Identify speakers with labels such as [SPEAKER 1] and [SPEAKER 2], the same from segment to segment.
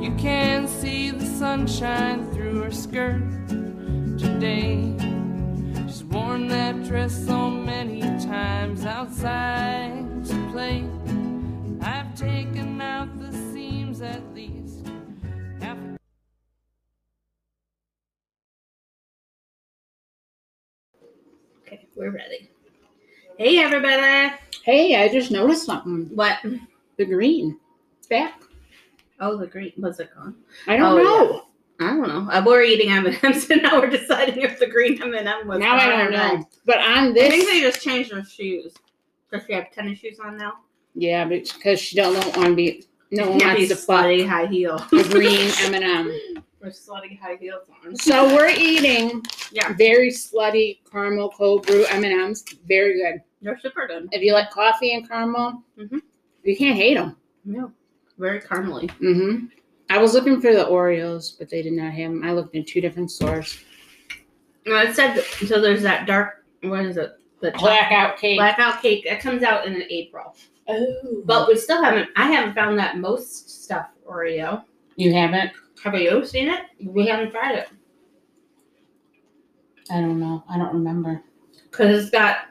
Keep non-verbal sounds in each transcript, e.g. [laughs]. [SPEAKER 1] You can see the sunshine through her skirt today. She's worn that dress so many times outside to play. I've taken out the seams at least. half-
[SPEAKER 2] Okay, we're ready. Hey, everybody.
[SPEAKER 3] Hey, I just noticed something.
[SPEAKER 2] What?
[SPEAKER 3] The green. It's back.
[SPEAKER 2] Oh, the green. Was it gone?
[SPEAKER 3] I don't
[SPEAKER 2] Oh,
[SPEAKER 3] know.
[SPEAKER 2] I don't know. Uh, we're eating M&M's, [laughs] and now we're deciding if the green M&M was
[SPEAKER 3] Now I
[SPEAKER 2] gone or
[SPEAKER 3] don't
[SPEAKER 2] not.
[SPEAKER 3] know. But on
[SPEAKER 2] I think
[SPEAKER 3] this,
[SPEAKER 2] they just changed her shoes. Does she have tennis shoes on now?
[SPEAKER 3] yeah, because she don't want to be. No one
[SPEAKER 2] Yeah,
[SPEAKER 3] wants
[SPEAKER 2] these
[SPEAKER 3] to fuck
[SPEAKER 2] slutty high
[SPEAKER 3] [laughs]
[SPEAKER 2] heels.
[SPEAKER 3] the green M and M.
[SPEAKER 2] With slutty high heels on.
[SPEAKER 3] So we're eating
[SPEAKER 2] Yeah.
[SPEAKER 3] very slutty caramel cold brew M and M's. Very good.
[SPEAKER 2] They're super good.
[SPEAKER 3] If you like coffee and caramel,
[SPEAKER 2] Mhm.
[SPEAKER 3] you can't hate them.
[SPEAKER 2] No. Very caramely.
[SPEAKER 3] Mm-hmm. I was looking for the Oreos, but they did not have them. I looked in two different stores.
[SPEAKER 2] No, it said, so there's that dark, what is it? The chocolate-
[SPEAKER 3] Blackout cake.
[SPEAKER 2] Blackout cake. That comes out in April.
[SPEAKER 3] oh,
[SPEAKER 2] But we still haven't, I haven't found that most stuff Oreo.
[SPEAKER 3] you haven't.
[SPEAKER 2] Have you seen it? We haven't tried it.
[SPEAKER 3] I don't know. I don't remember.
[SPEAKER 2] Because it's got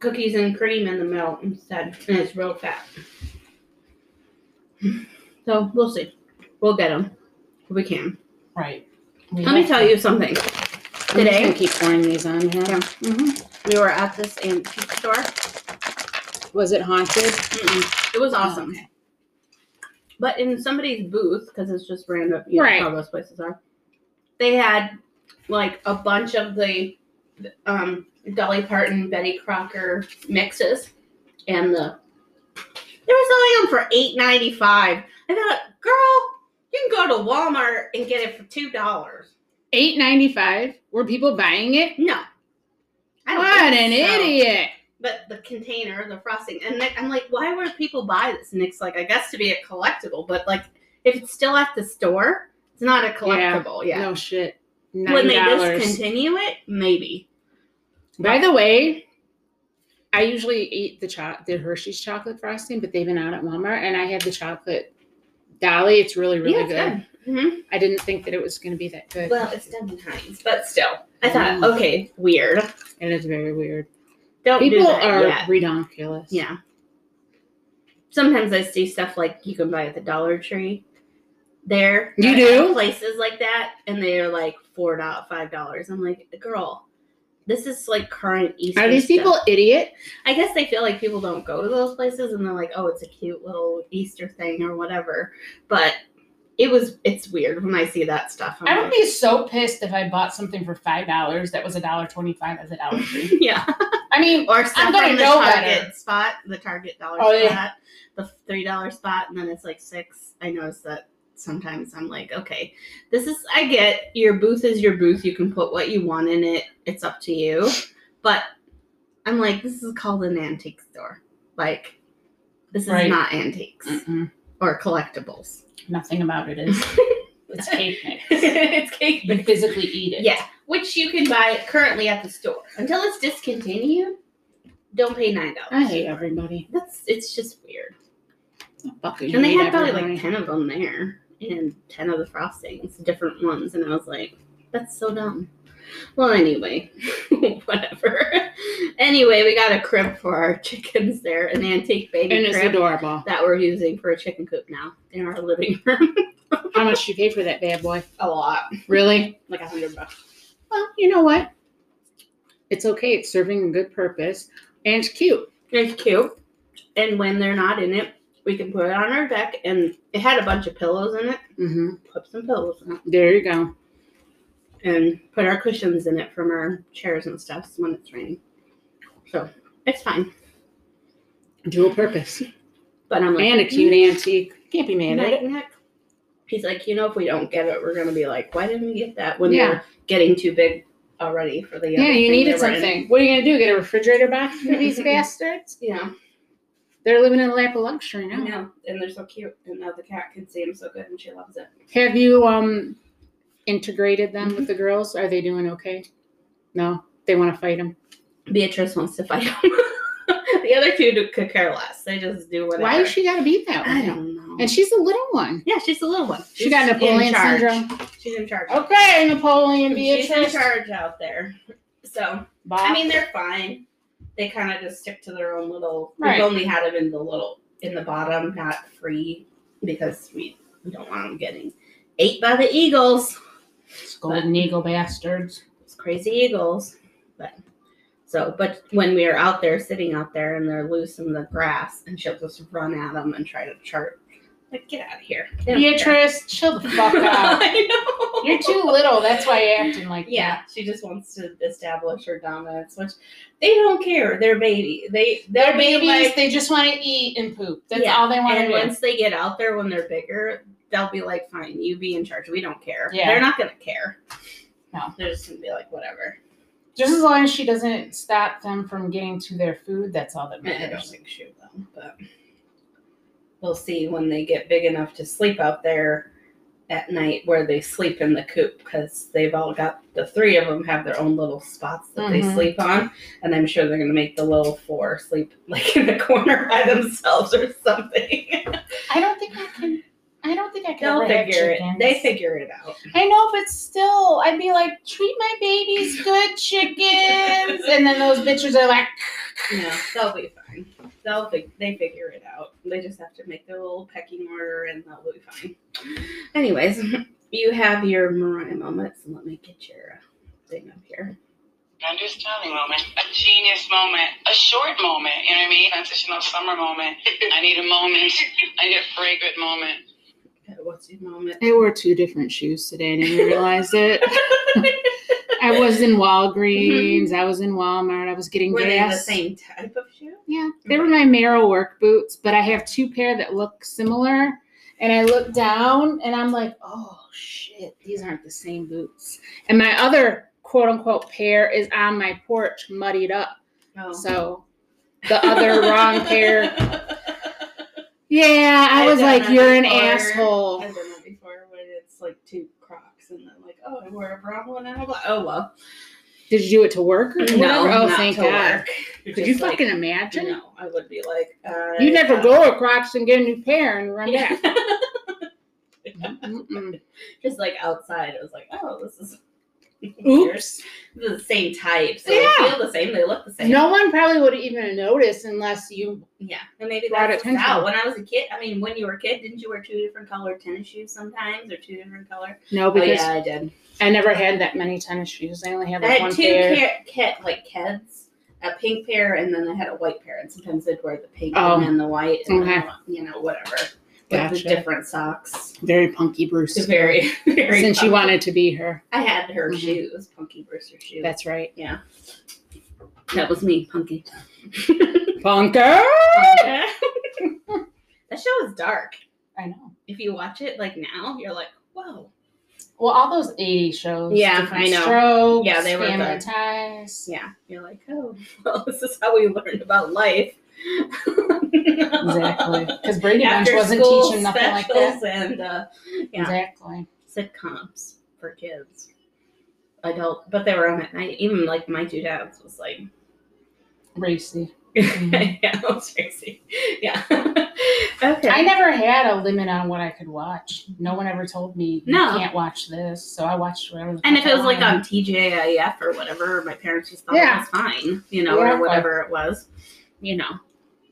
[SPEAKER 2] cookies and cream in the middle instead, and it's real fat. So we'll see. We'll get them. We can.
[SPEAKER 3] Right.
[SPEAKER 2] Let me tell you something.
[SPEAKER 3] I'm
[SPEAKER 2] Today,
[SPEAKER 3] just gonna keep pouring these on here.
[SPEAKER 2] Yeah. Mm-hmm. we were at this antique store.
[SPEAKER 3] Was it haunted?
[SPEAKER 2] Mm-mm. It was awesome.
[SPEAKER 3] Oh, Okay.
[SPEAKER 2] But in somebody's booth, because it's just random, you
[SPEAKER 3] Right.
[SPEAKER 2] know how those places are, they had like a bunch of the um, Dolly Parton, Betty Crocker mixes, and the they were selling them for eight ninety five. I thought, girl, you can go to Walmart and get it for two dollars.
[SPEAKER 3] Eight ninety five. Were people buying it?
[SPEAKER 2] No, I don't
[SPEAKER 3] What an
[SPEAKER 2] think so.
[SPEAKER 3] idiot!
[SPEAKER 2] But the container, the frosting, and Nick, I'm like, why would people buy this? And Nick's like, I guess to be a collectible, but like, if it's still at the store, it's not a collectible. Yeah.
[SPEAKER 3] No shit.
[SPEAKER 2] When
[SPEAKER 3] Nine
[SPEAKER 2] they
[SPEAKER 3] dollars.
[SPEAKER 2] discontinue it, maybe.
[SPEAKER 3] By the way, I usually eat the cho- the Hershey's chocolate frosting, but they've been out at Walmart, and I had the chocolate Dolly. It's really really good.
[SPEAKER 2] yeah, it's good. Mhm.
[SPEAKER 3] I didn't think that it was going to be that good.
[SPEAKER 2] Well, it's done in Heinz, but still, I thought,
[SPEAKER 3] Mm.
[SPEAKER 2] okay, weird.
[SPEAKER 3] it is very weird.
[SPEAKER 2] Don't do
[SPEAKER 3] People
[SPEAKER 2] that
[SPEAKER 3] are
[SPEAKER 2] yet.
[SPEAKER 3] redonkulous.
[SPEAKER 2] Yeah. Sometimes I see stuff like you can buy at the Dollar Tree. There,
[SPEAKER 3] You
[SPEAKER 2] at
[SPEAKER 3] do?
[SPEAKER 2] places like that, and they are like four dollars, five dollars. I'm like, girl, this is like current Easter.
[SPEAKER 3] Are these
[SPEAKER 2] stuff.
[SPEAKER 3] people idiot?
[SPEAKER 2] I guess they feel like people don't go to those places and they're like, oh, it's a cute little Easter thing or whatever. But it was, it's weird when I see that stuff. I'm
[SPEAKER 3] I would
[SPEAKER 2] like,
[SPEAKER 3] be so pissed if I bought something for five dollars that was a dollar twenty five as a
[SPEAKER 2] [laughs]
[SPEAKER 3] dollar tree.
[SPEAKER 2] yeah.
[SPEAKER 3] I mean,
[SPEAKER 2] Or stuff
[SPEAKER 3] gonna
[SPEAKER 2] from the
[SPEAKER 3] know
[SPEAKER 2] Target
[SPEAKER 3] better.
[SPEAKER 2] spot, the Target dollar
[SPEAKER 3] Oh,
[SPEAKER 2] spot,
[SPEAKER 3] yeah.
[SPEAKER 2] the three dollar spot, and then it's like six. I notice that sometimes I'm like, okay, this is. I get your booth is your booth. You can put what you want in it. It's up to you. But I'm like, this is called an antique store. Like, this is
[SPEAKER 3] Right.
[SPEAKER 2] not antiques
[SPEAKER 3] Mm-mm.
[SPEAKER 2] or collectibles.
[SPEAKER 3] [laughs] nothing about
[SPEAKER 2] [laughs]
[SPEAKER 3] it is. It's cake mix.
[SPEAKER 2] it's cake
[SPEAKER 3] You physically eat it.
[SPEAKER 2] Yeah, which you can buy currently at the store until it's discontinued. Don't pay nine
[SPEAKER 3] I
[SPEAKER 2] dollars.
[SPEAKER 3] hate everybody.
[SPEAKER 2] That's it's just weird.
[SPEAKER 3] I fucking
[SPEAKER 2] and they
[SPEAKER 3] hate
[SPEAKER 2] had probably
[SPEAKER 3] everybody.
[SPEAKER 2] like ten of them there and ten of the frostings, different ones, and I was like, that's so dumb. Well, anyway, [laughs] whatever. Anyway, we got a crib for our [laughs] chickens there, an antique baby
[SPEAKER 3] and it's
[SPEAKER 2] crib
[SPEAKER 3] adorable.
[SPEAKER 2] that we're using for a chicken coop now in our living room. [laughs]
[SPEAKER 3] How much you pay for that bad boy?
[SPEAKER 2] a lot,
[SPEAKER 3] Really?
[SPEAKER 2] like a hundred bucks.
[SPEAKER 3] Well, you know what? It's okay. It's serving a good purpose, and it's cute.
[SPEAKER 2] It's cute. And when they're not in it, we can put it on our deck. And it had a bunch of pillows in it.
[SPEAKER 3] hmm
[SPEAKER 2] Put some pillows in it.
[SPEAKER 3] There you go.
[SPEAKER 2] And put our cushions in it from our chairs and stuff when it's raining. So it's fine.
[SPEAKER 3] Dual purpose
[SPEAKER 2] But I'm like,
[SPEAKER 3] and a cute
[SPEAKER 2] Mm-hmm.
[SPEAKER 3] antique. Can't be
[SPEAKER 2] "Mm,
[SPEAKER 3] mad at it.
[SPEAKER 2] knick-knack." He's like, you know, if we don't get it, we're going to be like, why didn't we get that when
[SPEAKER 3] Yeah.
[SPEAKER 2] they're getting too big already for the.
[SPEAKER 3] Yeah,
[SPEAKER 2] other
[SPEAKER 3] you
[SPEAKER 2] thing
[SPEAKER 3] needed
[SPEAKER 2] they're running?"
[SPEAKER 3] something. What are you gonna do? Get a refrigerator box for
[SPEAKER 2] [laughs]
[SPEAKER 3] these bastards?
[SPEAKER 2] Yeah,
[SPEAKER 3] They're living in a lap of luxury
[SPEAKER 2] I
[SPEAKER 3] now.
[SPEAKER 2] know. And they're so cute. And now the cat can see them so good and she loves it.
[SPEAKER 3] Have you um integrated them with the girls? Are they doing okay? No, they want to fight them.
[SPEAKER 2] Beatrice wants to [laughs] fight them. the other two do, could care less. They just do whatever.
[SPEAKER 3] Why is she got to be that way?
[SPEAKER 2] I don't know.
[SPEAKER 3] And she's a little one.
[SPEAKER 2] Yeah, she's the little one.
[SPEAKER 3] She
[SPEAKER 2] She's
[SPEAKER 3] got
[SPEAKER 2] in
[SPEAKER 3] Napoleon
[SPEAKER 2] charge.
[SPEAKER 3] syndrome.
[SPEAKER 2] She's in charge.
[SPEAKER 3] Okay, Napoleon
[SPEAKER 2] she's in
[SPEAKER 3] Beatrice.
[SPEAKER 2] charge out there. So I mean, they're fine. They kind of just stick to their own little.
[SPEAKER 3] Right.
[SPEAKER 2] We've only had them in the little in the bottom, not free, because we we don't want them getting ate by the eagles.
[SPEAKER 3] golden eagle bastards.
[SPEAKER 2] It's crazy eagles. But so, but when we are out there, sitting out there, and they're loose in the grass, and she'll just run at them and try to chart. Like, get out of here, They don't care.
[SPEAKER 3] Beatrice, chill the fuck out.
[SPEAKER 2] [laughs] I know.
[SPEAKER 3] You're too little. That's why you're acting like
[SPEAKER 2] Yeah, she just wants to establish her dominance, which they don't care. They're baby. They
[SPEAKER 3] They're
[SPEAKER 2] they'll be
[SPEAKER 3] babies.
[SPEAKER 2] like-
[SPEAKER 3] they just want to eat and poop. That's
[SPEAKER 2] Yeah,
[SPEAKER 3] all they want to
[SPEAKER 2] and
[SPEAKER 3] do.
[SPEAKER 2] once they get out there when they're bigger, they'll be like, fine, you be in charge. We don't care.
[SPEAKER 3] Yeah.
[SPEAKER 2] They're not going to care.
[SPEAKER 3] No.
[SPEAKER 2] They're just going to be like, whatever.
[SPEAKER 3] Just as long as she doesn't stop them from getting to their food, that's all that
[SPEAKER 2] I don't
[SPEAKER 3] matters.
[SPEAKER 2] think she will, but we'll see when they get big enough to sleep out there at night where they sleep in the coop because they've all got the three of them have their own little spots that they
[SPEAKER 3] Mhm.
[SPEAKER 2] sleep on and i'm sure they're going to make the little four sleep [laughs] like in the corner by themselves or something
[SPEAKER 3] I don't think I can. I don't think I can.
[SPEAKER 2] they'll
[SPEAKER 3] ever have
[SPEAKER 2] figure it
[SPEAKER 3] chickens.
[SPEAKER 2] they figure it out
[SPEAKER 3] I know, but still, I'd be like, treat my babies good, chickens, and then those bitches are like,
[SPEAKER 2] No, they'll be fine. They'll fig- they figure it out. They just have to make their little pecking order, and they'll be fine. Anyways, you have your Mariah moments, and let me get your thing up here.
[SPEAKER 4] Understanding moment, a genius moment, a short moment, you know what I mean? Transitional summer moment. I need a moment. I need a fragrant moment.
[SPEAKER 2] Okay, Uh, What's your
[SPEAKER 3] [laughs]
[SPEAKER 2] moment?
[SPEAKER 3] I wore two different shoes today and I didn't realize it. I
[SPEAKER 2] [laughs]
[SPEAKER 3] was in Walgreens, I was in Walmart, I was getting
[SPEAKER 2] Mm-hmm. Were they the
[SPEAKER 3] gas.
[SPEAKER 2] same type of shoe?
[SPEAKER 3] Yeah, they were my Merrill work boots, but I have two pair that look similar. And I look down and I'm like, oh shit, these aren't the same boots. And my other quote unquote pair is on my porch, muddied up.
[SPEAKER 2] Oh.
[SPEAKER 3] So the
[SPEAKER 2] [laughs]
[SPEAKER 3] other wrong pair. Yeah, I
[SPEAKER 2] I've
[SPEAKER 3] was
[SPEAKER 2] done
[SPEAKER 3] like,
[SPEAKER 2] that
[SPEAKER 3] you're an
[SPEAKER 2] before.
[SPEAKER 3] asshole.
[SPEAKER 2] I've done that before when it's like two Crocs, and I'm like, oh, I wore a brown one, and I'm like, oh well.
[SPEAKER 3] Did you do it to work or whatever? oh,
[SPEAKER 2] not
[SPEAKER 3] thank
[SPEAKER 2] to
[SPEAKER 3] God.
[SPEAKER 2] work.
[SPEAKER 3] Could you
[SPEAKER 2] Just like,
[SPEAKER 3] fucking imagine?
[SPEAKER 2] No, I would be like, uh,
[SPEAKER 3] You never go to Crocs and get a new pair and run back.
[SPEAKER 2] [laughs]
[SPEAKER 3] Mm-mm.
[SPEAKER 2] just like outside, it was like, oh, this is
[SPEAKER 3] Oops.
[SPEAKER 2] They're [laughs] the same type. So
[SPEAKER 3] Yeah.
[SPEAKER 2] they feel the same. They look the same.
[SPEAKER 3] No one probably would have even noticed unless you.
[SPEAKER 2] Yeah. And maybe
[SPEAKER 3] Brought
[SPEAKER 2] that's
[SPEAKER 3] attention.
[SPEAKER 2] out. When I was a kid, I mean, when you were a kid, didn't you wear two different colored tennis shoes sometimes or two different color?
[SPEAKER 3] No,
[SPEAKER 2] Oh,
[SPEAKER 3] because
[SPEAKER 2] yeah, I did.
[SPEAKER 3] I never had that many tennis shoes. I only had
[SPEAKER 2] I
[SPEAKER 3] like
[SPEAKER 2] had
[SPEAKER 3] one
[SPEAKER 2] two
[SPEAKER 3] pair.
[SPEAKER 2] ca- ca- like Keds, a pink pair, and then I had a white pair. And sometimes I'd wear the pink
[SPEAKER 3] Oh.
[SPEAKER 2] and then the white and then,
[SPEAKER 3] Okay.
[SPEAKER 2] the- you know, whatever. With
[SPEAKER 3] Gotcha.
[SPEAKER 2] the different socks.
[SPEAKER 3] Very punky Bruce.
[SPEAKER 2] It's very, [laughs] very.
[SPEAKER 3] Since you
[SPEAKER 2] fun.
[SPEAKER 3] wanted to be her.
[SPEAKER 2] I had her
[SPEAKER 3] Mhm.
[SPEAKER 2] shoes, Punky Brewster shoes. [laughs]
[SPEAKER 3] That's right.
[SPEAKER 2] that was me, Punky.
[SPEAKER 3] Punker!
[SPEAKER 2] that show is dark.
[SPEAKER 3] I know.
[SPEAKER 2] if you watch it like now, you're like, whoa.
[SPEAKER 3] Well, all those 80 shows.
[SPEAKER 2] Yeah,
[SPEAKER 3] Different
[SPEAKER 2] I know.
[SPEAKER 3] Strokes,
[SPEAKER 2] Yeah, they were
[SPEAKER 3] Family
[SPEAKER 2] good.
[SPEAKER 3] Ties.
[SPEAKER 2] [laughs] Yeah. You're like, oh, [laughs] well, this is how we learned about life. [laughs]
[SPEAKER 3] Exactly. Because Brady Bunch
[SPEAKER 2] After
[SPEAKER 3] wasn't
[SPEAKER 2] school
[SPEAKER 3] teaching nothing like that.
[SPEAKER 2] specials and uh, yeah,
[SPEAKER 3] Exactly.
[SPEAKER 2] sitcoms for kids, adult, but they were on at night. Even like my two dads was like, [laughs]
[SPEAKER 3] Racy. Mm-hmm.
[SPEAKER 2] yeah, it was crazy. Yeah. [laughs] okay.
[SPEAKER 3] I never had a limit on what I could watch. No one ever told me you
[SPEAKER 2] No.
[SPEAKER 3] can't watch this, so I watched whatever. the
[SPEAKER 2] and if
[SPEAKER 3] fuck
[SPEAKER 2] it
[SPEAKER 3] I
[SPEAKER 2] was like
[SPEAKER 3] wanted.
[SPEAKER 2] on TJIF or whatever, my parents just thought
[SPEAKER 3] Yeah.
[SPEAKER 2] it was fine, you know,
[SPEAKER 3] Yeah.
[SPEAKER 2] or whatever it was, you know,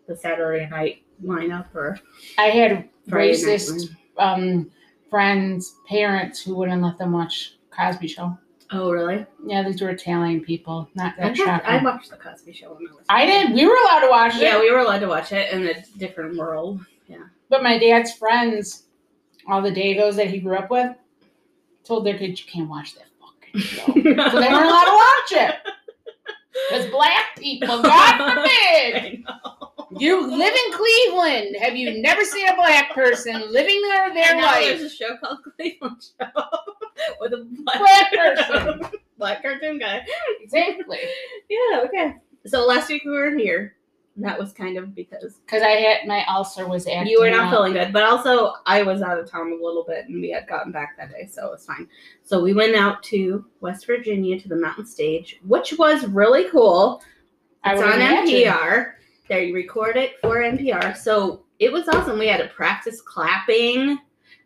[SPEAKER 2] the Saturday night lineup or
[SPEAKER 3] I had
[SPEAKER 2] Friday night
[SPEAKER 3] racist
[SPEAKER 2] line-
[SPEAKER 3] um, friends, parents who wouldn't let them watch Cosby Show.
[SPEAKER 2] Oh, really?
[SPEAKER 3] Yeah, these were Italian people. Not
[SPEAKER 2] I,
[SPEAKER 3] that
[SPEAKER 2] watched, I
[SPEAKER 3] shocking.
[SPEAKER 2] watched the Cosby Show when I was.
[SPEAKER 3] I, did. We were allowed to watch
[SPEAKER 2] Yeah,
[SPEAKER 3] it,
[SPEAKER 2] we were allowed to watch it in a different world. [laughs]
[SPEAKER 3] but my dad's friends, all the Dagos that he grew up with, told their kids you can't watch that
[SPEAKER 2] [laughs]
[SPEAKER 3] fucking show. so they weren't allowed to watch it. Because black people, God forbid.
[SPEAKER 2] I know.
[SPEAKER 3] You live in Cleveland. Have you never seen a black person living there their
[SPEAKER 2] Now there's
[SPEAKER 3] life?
[SPEAKER 2] a show called [laughs] Cleveland Show with a black,
[SPEAKER 3] Black person.
[SPEAKER 2] black [laughs] cartoon guy.
[SPEAKER 3] Exactly.
[SPEAKER 2] Yeah. Okay. So last week we were here. That was kind of because
[SPEAKER 3] Because I had my ulcer was acting.
[SPEAKER 2] You were not
[SPEAKER 3] up.
[SPEAKER 2] feeling good, but also I was out of town a little bit, and we had gotten back that day, so it was fine. So we went out to West Virginia to the mountain stage, which was really cool.
[SPEAKER 3] I
[SPEAKER 2] It's
[SPEAKER 3] would
[SPEAKER 2] on
[SPEAKER 3] imagine.
[SPEAKER 2] NPR. They record it for NPR, so it was awesome. We had to practice clapping,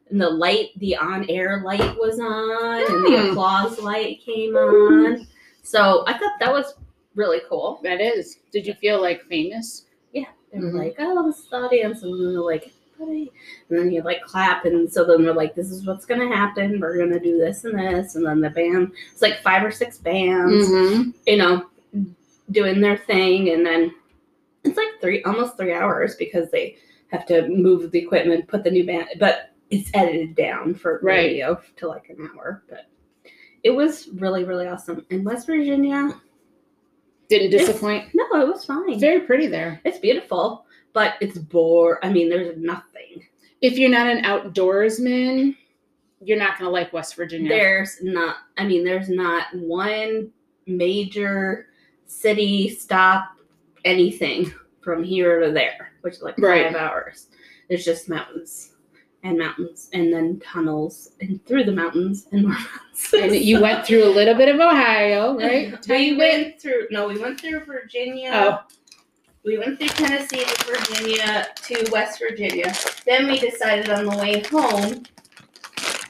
[SPEAKER 2] and the light, the on-air light was on, and the
[SPEAKER 3] Hmm.
[SPEAKER 2] applause light came on. So I thought that was really cool.
[SPEAKER 3] That is. Did you feel like famous?
[SPEAKER 2] They were
[SPEAKER 3] Mhm.
[SPEAKER 2] like, "Oh, this is the audience," and then they're like, "Everybody," and then you like clap, and so then they're like, "This is what's gonna happen. We're gonna do this and this," and then the band. It's like five or six bands.
[SPEAKER 3] Mm-hmm.
[SPEAKER 2] you know, doing their thing, and then it's like three, almost three hours because they have to move the equipment, put the new band, but it's edited down for
[SPEAKER 3] Right.
[SPEAKER 2] radio to like an hour. But it was really, really awesome. In West Virginia,
[SPEAKER 3] Didn't
[SPEAKER 2] Yes.
[SPEAKER 3] disappoint.
[SPEAKER 2] no, it was fine.
[SPEAKER 3] It's very pretty there.
[SPEAKER 2] It's beautiful, but it's bore. I mean, there's nothing.
[SPEAKER 3] If you're not an outdoorsman, you're not gonna like West Virginia.
[SPEAKER 2] There's not. I mean, there's not one major city stop anything from here to there, which is like
[SPEAKER 3] Right.
[SPEAKER 2] five hours. There's just mountains and mountains, and then tunnels and through the mountains and more [laughs] mountains.
[SPEAKER 3] And you went through a little bit of Ohio,
[SPEAKER 2] [laughs]
[SPEAKER 3] right?
[SPEAKER 2] We
[SPEAKER 3] Tiny bit.
[SPEAKER 2] went through. No, we went through Virginia.
[SPEAKER 3] Oh.
[SPEAKER 2] We went through Tennessee to Virginia to West Virginia. Then we decided on the way home.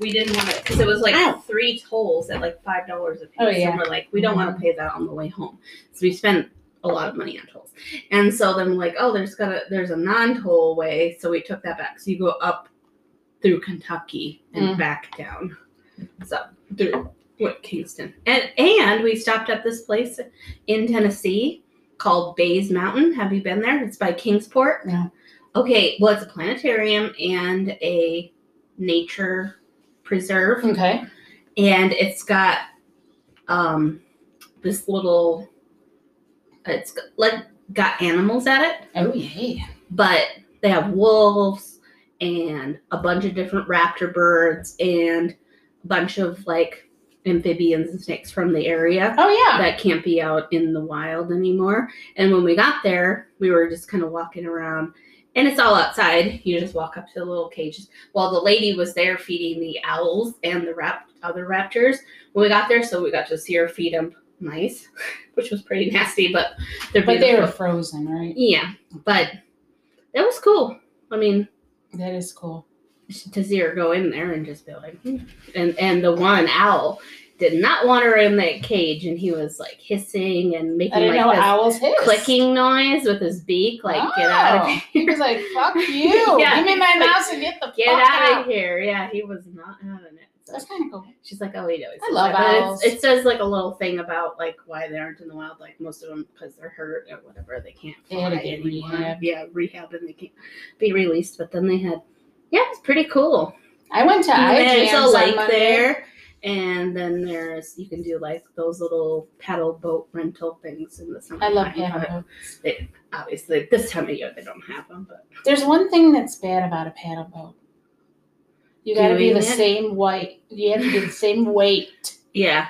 [SPEAKER 2] We didn't want to because it was like
[SPEAKER 3] Ow.
[SPEAKER 2] three tolls at like five dollars a piece.
[SPEAKER 3] Oh, yeah. Mm-hmm.
[SPEAKER 2] And we're like, we don't want to pay that on the way home. So we spent a lot of money on tolls. And so then we're like, oh, there's gotta there's a non-toll way. So we took that back. So you go up through Kentucky and
[SPEAKER 3] Mm.
[SPEAKER 2] back down. So through what Kingston. And and we stopped at this place in Tennessee called Bays Mountain. Have you been there? It's by Kingsport.
[SPEAKER 3] No.
[SPEAKER 2] Okay, well it's a planetarium and a nature preserve
[SPEAKER 3] Okay.
[SPEAKER 2] and it's got um this little it's got- like got animals at it
[SPEAKER 3] Oh yeah.
[SPEAKER 2] but they have wolves and a bunch of different raptor birds and a bunch of like amphibians and snakes from the area
[SPEAKER 3] Oh yeah.
[SPEAKER 2] that can't be out in the wild anymore. And when we got there, we were just kind of walking around, and it's all outside. You just walk up to the little cages. While the lady was there feeding the owls and the rap- other raptors, when we got there, so we got to see her feed them mice, [laughs] which was pretty nasty, but they're
[SPEAKER 3] But they were
[SPEAKER 2] beautiful.
[SPEAKER 3] frozen, right?
[SPEAKER 2] yeah, but that was cool. I mean,
[SPEAKER 3] That is cool.
[SPEAKER 2] to see her go in there and just be like, "Hmm." and and the one owl did not want her in that cage, and he was like hissing and making
[SPEAKER 3] I didn't
[SPEAKER 2] like
[SPEAKER 3] know
[SPEAKER 2] this
[SPEAKER 3] owls hiss.
[SPEAKER 2] clicking noise with his beak, like get out
[SPEAKER 3] Oh.
[SPEAKER 2] of
[SPEAKER 3] [laughs] He
[SPEAKER 2] here,
[SPEAKER 3] was like,
[SPEAKER 2] [laughs]
[SPEAKER 3] "Fuck you!
[SPEAKER 2] Yeah.
[SPEAKER 3] Give me my
[SPEAKER 2] Like,
[SPEAKER 3] mouse and get the
[SPEAKER 2] get
[SPEAKER 3] fuck
[SPEAKER 2] out, of here. Yeah, he was not having it. So
[SPEAKER 3] Oh. That's kind of cool.
[SPEAKER 2] she's like, oh, we know. it's
[SPEAKER 3] I
[SPEAKER 2] just
[SPEAKER 3] love
[SPEAKER 2] like-" but it's-
[SPEAKER 3] owls.
[SPEAKER 2] It says like a little thing about like why they aren't in the wild, like most of them because they're hurt or whatever, they can't
[SPEAKER 3] They had
[SPEAKER 2] fly
[SPEAKER 3] to get
[SPEAKER 2] anymore.
[SPEAKER 3] rehabbed.
[SPEAKER 2] Yeah, rehab and they can't be released. But then they had, yeah, it's pretty cool.
[SPEAKER 3] I went to
[SPEAKER 2] And there's
[SPEAKER 3] IJams
[SPEAKER 2] a
[SPEAKER 3] on
[SPEAKER 2] lake
[SPEAKER 3] Monday.
[SPEAKER 2] there, and then there's you can do like those little paddle boat rental things in the summer.
[SPEAKER 3] I love
[SPEAKER 2] time,
[SPEAKER 3] paddle
[SPEAKER 2] but
[SPEAKER 3] boats.
[SPEAKER 2] Obviously, this time of year they don't have them, but
[SPEAKER 3] There's one thing that's bad about a paddle boat. You got to be
[SPEAKER 2] Doing
[SPEAKER 3] the
[SPEAKER 2] it?
[SPEAKER 3] same weight. You have to be the same weight
[SPEAKER 2] yeah,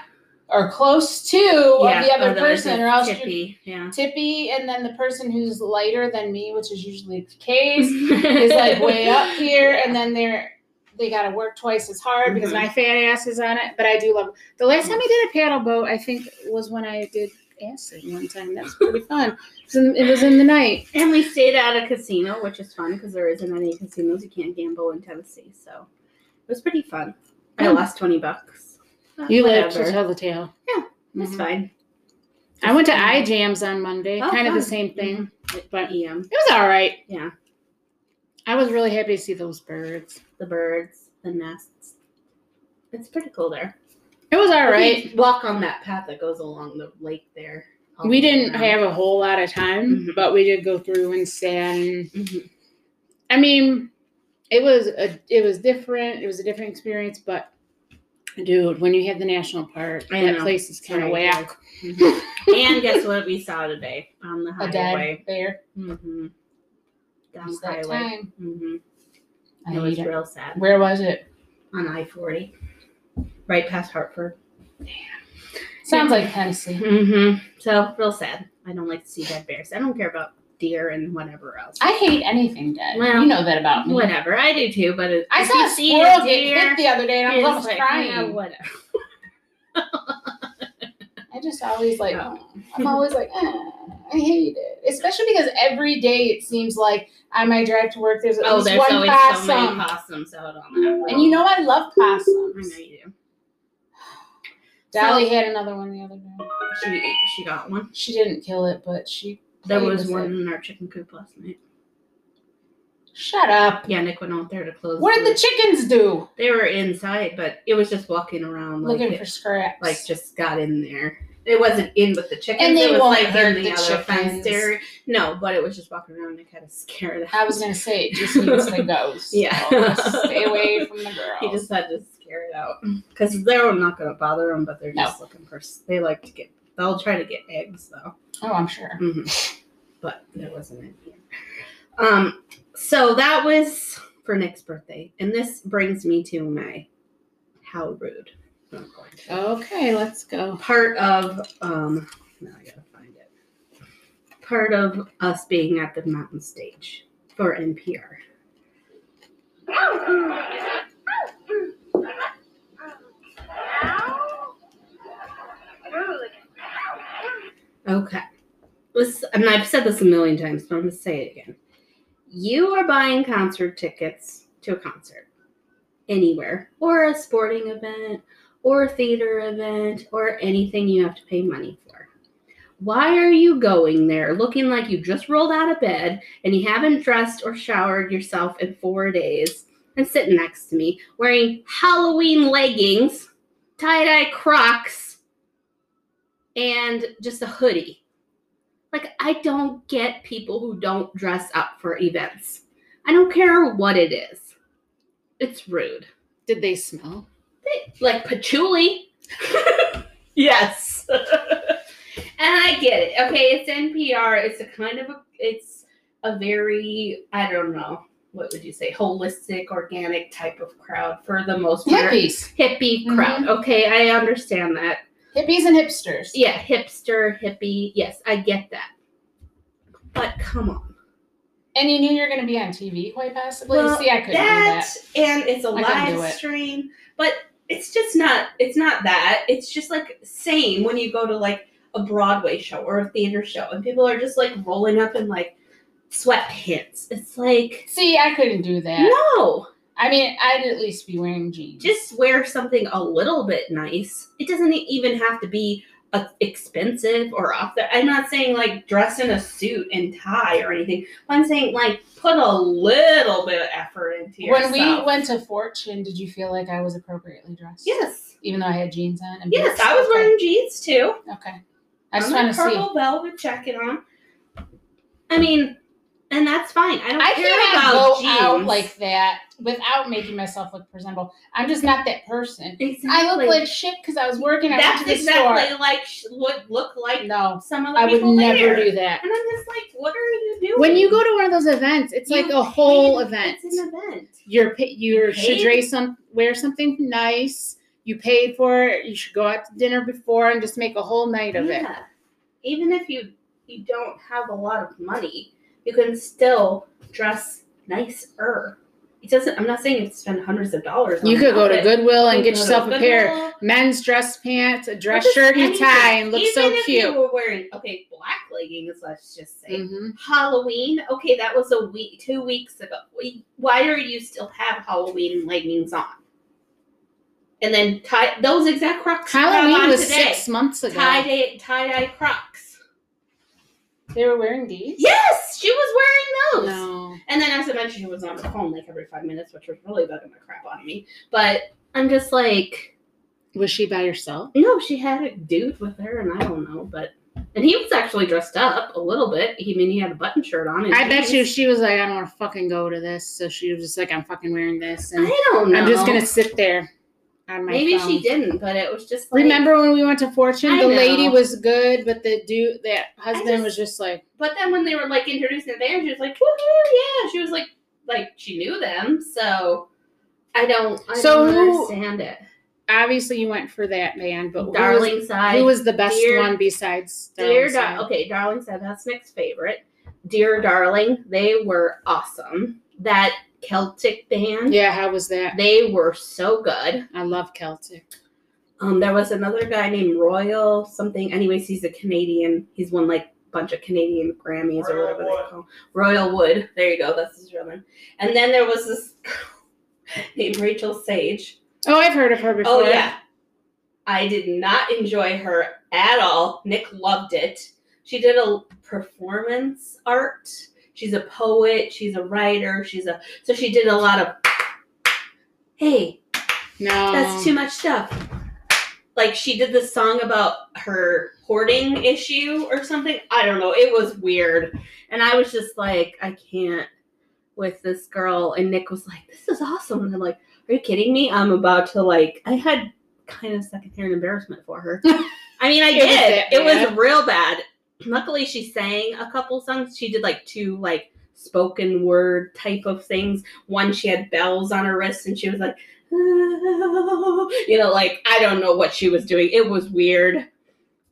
[SPEAKER 3] or close to
[SPEAKER 2] yeah.
[SPEAKER 3] of the other
[SPEAKER 2] otherwise
[SPEAKER 3] person,
[SPEAKER 2] it's
[SPEAKER 3] or else you're
[SPEAKER 2] tippy,
[SPEAKER 3] [laughs]
[SPEAKER 2] yeah.
[SPEAKER 3] tippy, and then the person who's lighter than me, which is usually the
[SPEAKER 2] [laughs]
[SPEAKER 3] case, is like way up here, and then they're they got to work twice as hard because
[SPEAKER 2] Mhm.
[SPEAKER 3] my fat ass is on it. But I do love the last time I did a paddle boat. I think was when I did acid one time. That was pretty fun. It was in, it was in the night.
[SPEAKER 2] And we stayed at a casino, which is fun because there isn't any casinos. You can't gamble in Tennessee, so it was pretty fun. I
[SPEAKER 3] Hmm.
[SPEAKER 2] lost twenty bucks. Uh,
[SPEAKER 3] You live
[SPEAKER 2] whatever.
[SPEAKER 3] to tell the tale.
[SPEAKER 2] Yeah, It's
[SPEAKER 3] Mhm.
[SPEAKER 2] fine.
[SPEAKER 3] I went to eye jams on Monday.
[SPEAKER 2] Oh,
[SPEAKER 3] kind of the
[SPEAKER 2] fun. Mm-hmm.
[SPEAKER 3] same thing, but it
[SPEAKER 2] EM.
[SPEAKER 3] was all right.
[SPEAKER 2] E Yeah.
[SPEAKER 3] I was really happy to see those birds.
[SPEAKER 2] the birds, the nests. It's pretty cool there.
[SPEAKER 3] It was all right.
[SPEAKER 2] We walk on that path that goes along the lake there.
[SPEAKER 3] We didn't have a whole lot of time,
[SPEAKER 2] Mhm.
[SPEAKER 3] but we did go through and sat. And,
[SPEAKER 2] Mhm.
[SPEAKER 3] I mean, it was a it was different. It was a different experience, but dude, when you have the national park,
[SPEAKER 2] I
[SPEAKER 3] that
[SPEAKER 2] know.
[SPEAKER 3] place is kind of
[SPEAKER 2] Right,
[SPEAKER 3] whack. [laughs]
[SPEAKER 2] Mhm. and guess what we saw today on the
[SPEAKER 3] A dead
[SPEAKER 2] highway?
[SPEAKER 3] bear.
[SPEAKER 2] Mm-hmm. Down
[SPEAKER 3] It's
[SPEAKER 2] the
[SPEAKER 3] that
[SPEAKER 2] highway.
[SPEAKER 3] time.
[SPEAKER 2] Mm-hmm.
[SPEAKER 3] I
[SPEAKER 2] It was
[SPEAKER 3] hate it.
[SPEAKER 2] real sad.
[SPEAKER 3] Where was it?
[SPEAKER 2] On I 40, right past Hartford.
[SPEAKER 3] Sounds like Tennessee.
[SPEAKER 2] Mm-hmm. So, real sad. I don't like to see dead bears. I don't care about deer and whatever else.
[SPEAKER 3] I hate anything dead.
[SPEAKER 2] Well,
[SPEAKER 3] you know that about me.
[SPEAKER 2] whatever. I do too, but it,
[SPEAKER 3] Mm-hmm. I
[SPEAKER 2] if
[SPEAKER 3] saw
[SPEAKER 2] you
[SPEAKER 3] a
[SPEAKER 2] see
[SPEAKER 3] squirrel
[SPEAKER 2] deer,
[SPEAKER 3] get hit the other day, and I was
[SPEAKER 2] it's
[SPEAKER 3] almost
[SPEAKER 2] like,
[SPEAKER 3] crying.
[SPEAKER 2] yeah, whatever.
[SPEAKER 3] I just always like,
[SPEAKER 2] No.
[SPEAKER 3] I'm always like, eh, I hate it, especially because every day it seems like on my drive to work there's at
[SPEAKER 2] Oh,
[SPEAKER 3] least
[SPEAKER 2] there's
[SPEAKER 3] one
[SPEAKER 2] always
[SPEAKER 3] possum.
[SPEAKER 2] so many possums out on that.
[SPEAKER 3] and you know I love
[SPEAKER 2] I know
[SPEAKER 3] possums.
[SPEAKER 2] you do.
[SPEAKER 3] Dolly had another one the other day.
[SPEAKER 2] She she got one.
[SPEAKER 3] She didn't kill it, but she
[SPEAKER 2] There
[SPEAKER 3] played
[SPEAKER 2] was
[SPEAKER 3] with
[SPEAKER 2] one
[SPEAKER 3] it.
[SPEAKER 2] in our chicken coop last night.
[SPEAKER 3] Shut up.
[SPEAKER 2] Yeah, Nick went out there to close.
[SPEAKER 3] What did the
[SPEAKER 2] door.
[SPEAKER 3] chickens do?
[SPEAKER 2] They were inside, but it was just walking around like
[SPEAKER 3] Looking
[SPEAKER 2] it,
[SPEAKER 3] for scraps.
[SPEAKER 2] like just got in there. It wasn't in with the chickens.
[SPEAKER 3] And they
[SPEAKER 2] it was
[SPEAKER 3] won't
[SPEAKER 2] like
[SPEAKER 3] hurt
[SPEAKER 2] in
[SPEAKER 3] the
[SPEAKER 2] the, other
[SPEAKER 3] chickens.
[SPEAKER 2] fence area. No, but it was just walking around and kind of scared. the
[SPEAKER 3] I was
[SPEAKER 2] house.
[SPEAKER 3] gonna say it just needs
[SPEAKER 2] [laughs]
[SPEAKER 3] to go. so
[SPEAKER 2] Yeah.
[SPEAKER 3] stay away from the girls.
[SPEAKER 2] [laughs] [laughs] He just had to scare it out because they're not going to bother them, but they're just looking for. s- They like to get. They'll try to get eggs though.
[SPEAKER 3] oh, I'm sure.
[SPEAKER 2] hmm But there wasn't any here. Um. So that was for Nick's birthday, and this brings me to my how rude. Oh, I'm going to-
[SPEAKER 3] Okay, let's go.
[SPEAKER 2] part of um now I gotta find it. Part of us being at the mountain stage for NPR. Okay. This I mean I've said this a million times, but I'm gonna say it again. You are buying concert tickets to a concert anywhere or a sporting event or a theater event or anything you have to pay money for. Why are you going there looking like you just rolled out of bed and you haven't dressed or showered yourself in four days and sitting next to me wearing Halloween leggings, tie dye crocs, and just a hoodie? Like, I don't get people who don't dress up for events. I don't care what it is, it's rude
[SPEAKER 3] Did they smell?
[SPEAKER 2] like patchouli. [laughs] yes. [laughs] and I get it. Okay, it's NPR. It's a kind of a it's a very I don't know, what would you say, holistic, organic type of crowd for the most part.
[SPEAKER 3] Hippies,
[SPEAKER 2] Hippie Mm-hmm. crowd. Okay, I understand that.
[SPEAKER 3] hippies and hipsters.
[SPEAKER 2] Yeah, hipster, hippie. Yes, I get that. But come on.
[SPEAKER 3] And you knew you're gonna be on TV, quite possibly.
[SPEAKER 2] Well,
[SPEAKER 3] See, I couldn't
[SPEAKER 2] that, and it's a
[SPEAKER 3] I couldn't do
[SPEAKER 2] live
[SPEAKER 3] it.
[SPEAKER 2] stream but it's just not it's not that it's just like same when you go to like a broadway show or a theater show and people are just like rolling up in like sweatpants it's
[SPEAKER 3] do
[SPEAKER 2] like
[SPEAKER 3] that. See, I couldn't do that.
[SPEAKER 2] no
[SPEAKER 3] I mean, I'd at least be wearing jeans.
[SPEAKER 2] just wear something a little bit nice it doesn't e, even have to be uh, expensive or off the i'm not saying like dress in a suit and tie or anything i'm saying like put a little bit of effort into
[SPEAKER 3] when
[SPEAKER 2] yourself.
[SPEAKER 3] we went to Fortune, did you feel like I was appropriately dressed?
[SPEAKER 2] yes
[SPEAKER 3] Even though I had jeans on. And
[SPEAKER 2] Yes,
[SPEAKER 3] boots?
[SPEAKER 2] I was
[SPEAKER 3] Okay.
[SPEAKER 2] wearing jeans too.
[SPEAKER 3] Okay. I just
[SPEAKER 2] I'm
[SPEAKER 3] want
[SPEAKER 2] a
[SPEAKER 3] to see.
[SPEAKER 2] purple velvet jacket on. I mean, and that's fine. I don't
[SPEAKER 3] I
[SPEAKER 2] care
[SPEAKER 3] cannot
[SPEAKER 2] about
[SPEAKER 3] go
[SPEAKER 2] jeans.
[SPEAKER 3] out like that without making myself look presentable. I'm just not that person.
[SPEAKER 2] exactly.
[SPEAKER 3] I look like shit because I was working. I
[SPEAKER 2] that's
[SPEAKER 3] went to the
[SPEAKER 2] exactly like sh- would look
[SPEAKER 3] store.
[SPEAKER 2] like
[SPEAKER 3] No,
[SPEAKER 2] some of the
[SPEAKER 3] I would
[SPEAKER 2] people
[SPEAKER 3] never
[SPEAKER 2] there.
[SPEAKER 3] do that.
[SPEAKER 2] And I'm just like, what are you doing?
[SPEAKER 3] When you go to one of those events, it's like
[SPEAKER 2] You
[SPEAKER 3] a whole
[SPEAKER 2] paid-
[SPEAKER 3] event.
[SPEAKER 2] it's an event.
[SPEAKER 3] You're pa- you should
[SPEAKER 2] paid?
[SPEAKER 3] dress some wear something nice. You paid for it. You should go out to dinner before and just make a whole night of it.
[SPEAKER 2] Yeah. Even if you you don't have a lot of money, you can still dress nicer. It doesn't. I'm not saying you have to spend hundreds of dollars.
[SPEAKER 3] You
[SPEAKER 2] on
[SPEAKER 3] could
[SPEAKER 2] an
[SPEAKER 3] go to
[SPEAKER 2] outfit.
[SPEAKER 3] Goodwill and
[SPEAKER 2] You
[SPEAKER 3] get
[SPEAKER 2] go to
[SPEAKER 3] yourself a pair
[SPEAKER 2] Goodwill,
[SPEAKER 3] men's dress pants, a dress
[SPEAKER 2] Or just
[SPEAKER 3] shirt, and a
[SPEAKER 2] anything.
[SPEAKER 3] tie, and look
[SPEAKER 2] Even
[SPEAKER 3] so
[SPEAKER 2] if
[SPEAKER 3] cute.
[SPEAKER 2] You were wearing okay black leggings. Let's just say
[SPEAKER 3] Mhm.
[SPEAKER 2] Halloween. Okay, that was a week, two weeks ago. We- Why do you still have Halloween leggings on? And then tie those exact Crocs. you have
[SPEAKER 3] Halloween
[SPEAKER 2] on
[SPEAKER 3] was
[SPEAKER 2] today.
[SPEAKER 3] six months ago.
[SPEAKER 2] tie dye tie dye Crocs.
[SPEAKER 3] They were wearing these?
[SPEAKER 2] Yes, she was wearing those.
[SPEAKER 3] No.
[SPEAKER 2] And then, as I mentioned, she was on her phone like every five minutes, which was really bugging the crap out of me. But I'm just like.
[SPEAKER 3] Was she by herself?
[SPEAKER 2] No, she had a dude with her, and I don't know, but and he was actually dressed up a little bit. He I mean he had a button shirt on. And
[SPEAKER 3] I bet you
[SPEAKER 2] jeans.
[SPEAKER 3] she was like, I don't want to fucking go to this. So she was just like, I'm fucking wearing this. And
[SPEAKER 2] I don't know.
[SPEAKER 3] I'm just going to sit there on my
[SPEAKER 2] Maybe
[SPEAKER 3] phone.
[SPEAKER 2] she didn't, but it was just. Like,
[SPEAKER 3] Remember when we went to Fortune?
[SPEAKER 2] I
[SPEAKER 3] The lady
[SPEAKER 2] know.
[SPEAKER 3] was good, but the dude, that husband
[SPEAKER 2] just-
[SPEAKER 3] was just like,
[SPEAKER 2] But then when they were like introducing the band, she was like, "Woohoo! Yeah!" She was like, like she knew them, so I don't. I
[SPEAKER 3] So
[SPEAKER 2] don't
[SPEAKER 3] who-
[SPEAKER 2] understand it.
[SPEAKER 3] obviously you went for that man, but
[SPEAKER 2] Darling
[SPEAKER 3] who was,
[SPEAKER 2] side.
[SPEAKER 3] who was the best
[SPEAKER 2] Dear-
[SPEAKER 3] one besides Darling
[SPEAKER 2] Dear
[SPEAKER 3] Side?
[SPEAKER 2] Dar- okay, Darling said that's Nick's favorite. Dear Darling, they were awesome. That Celtic band,
[SPEAKER 3] Yeah, how was that?
[SPEAKER 2] they were so good.
[SPEAKER 3] I love Celtic.
[SPEAKER 2] Um, there was another guy named Royal something. Anyways, he's a Canadian. He's won like bunch of Canadian Grammys or whatever they call Royal Wood. There you go. That's his real name. And then there was this [laughs] named Rachel Sage.
[SPEAKER 3] Oh, I've heard of her before.
[SPEAKER 2] Oh yeah. I did not enjoy her at all. Nick loved it. She did a performance art. She's a poet, she's a writer, she's a so she did a lot of Hey,
[SPEAKER 3] No.
[SPEAKER 2] that's too much stuff. Like she did this song about her hoarding issue or something. I don't know. It was weird. And I was just like, I can't with this girl. And Nick was like, This is awesome. And I'm like, Are you kidding me? I'm about to like I had kind of secondhand embarrassment for
[SPEAKER 3] [laughs]
[SPEAKER 2] her. I mean I
[SPEAKER 3] It was
[SPEAKER 2] did.
[SPEAKER 3] that
[SPEAKER 2] It was,
[SPEAKER 3] bad?
[SPEAKER 2] real bad. Luckily she sang a couple songs. She did like two like spoken word type of things. One she had bells on her wrists and she was like "Ah," you know, like I don't know what she was doing. It was weird,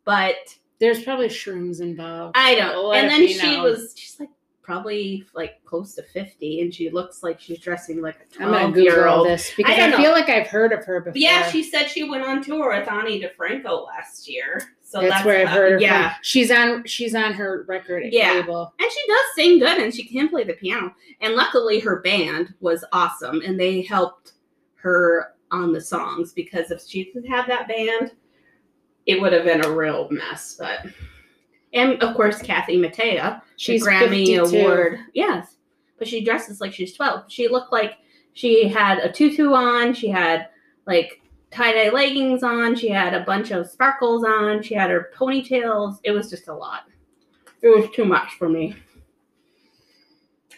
[SPEAKER 2] but
[SPEAKER 3] There's probably shrooms involved.
[SPEAKER 2] I don't.
[SPEAKER 3] Let
[SPEAKER 2] and
[SPEAKER 3] it
[SPEAKER 2] then
[SPEAKER 3] be
[SPEAKER 2] she
[SPEAKER 3] known.
[SPEAKER 2] was, she's like probably like close to fifty, and she looks like she's dressing like a
[SPEAKER 3] I'm gonna
[SPEAKER 2] twelve year
[SPEAKER 3] Google
[SPEAKER 2] old.
[SPEAKER 3] this because
[SPEAKER 2] I
[SPEAKER 3] I,
[SPEAKER 2] don't
[SPEAKER 3] feel like I've heard of her before.
[SPEAKER 2] Yeah, she said she went on tour with Ani DeFranco last year, so
[SPEAKER 3] that's,
[SPEAKER 2] that's,
[SPEAKER 3] where I've
[SPEAKER 2] how-
[SPEAKER 3] heard. Her
[SPEAKER 2] Yeah,
[SPEAKER 3] yeah, she's on. She's on her record
[SPEAKER 2] Yeah.
[SPEAKER 3] label.
[SPEAKER 2] and she does sing good, and she can play the piano. And luckily, her band was awesome, and they helped her on the songs because if she didn't have that band, it would have been a real mess. But and of course, Kathy Mattea.
[SPEAKER 3] She's
[SPEAKER 2] the Grammy
[SPEAKER 3] 52.
[SPEAKER 2] award. Yes. But she dresses like she's 12. She looked like she had a tutu on, she had like tie-dye leggings on, she had a bunch of sparkles on, she had her ponytails. It was just a lot. It was too much for me.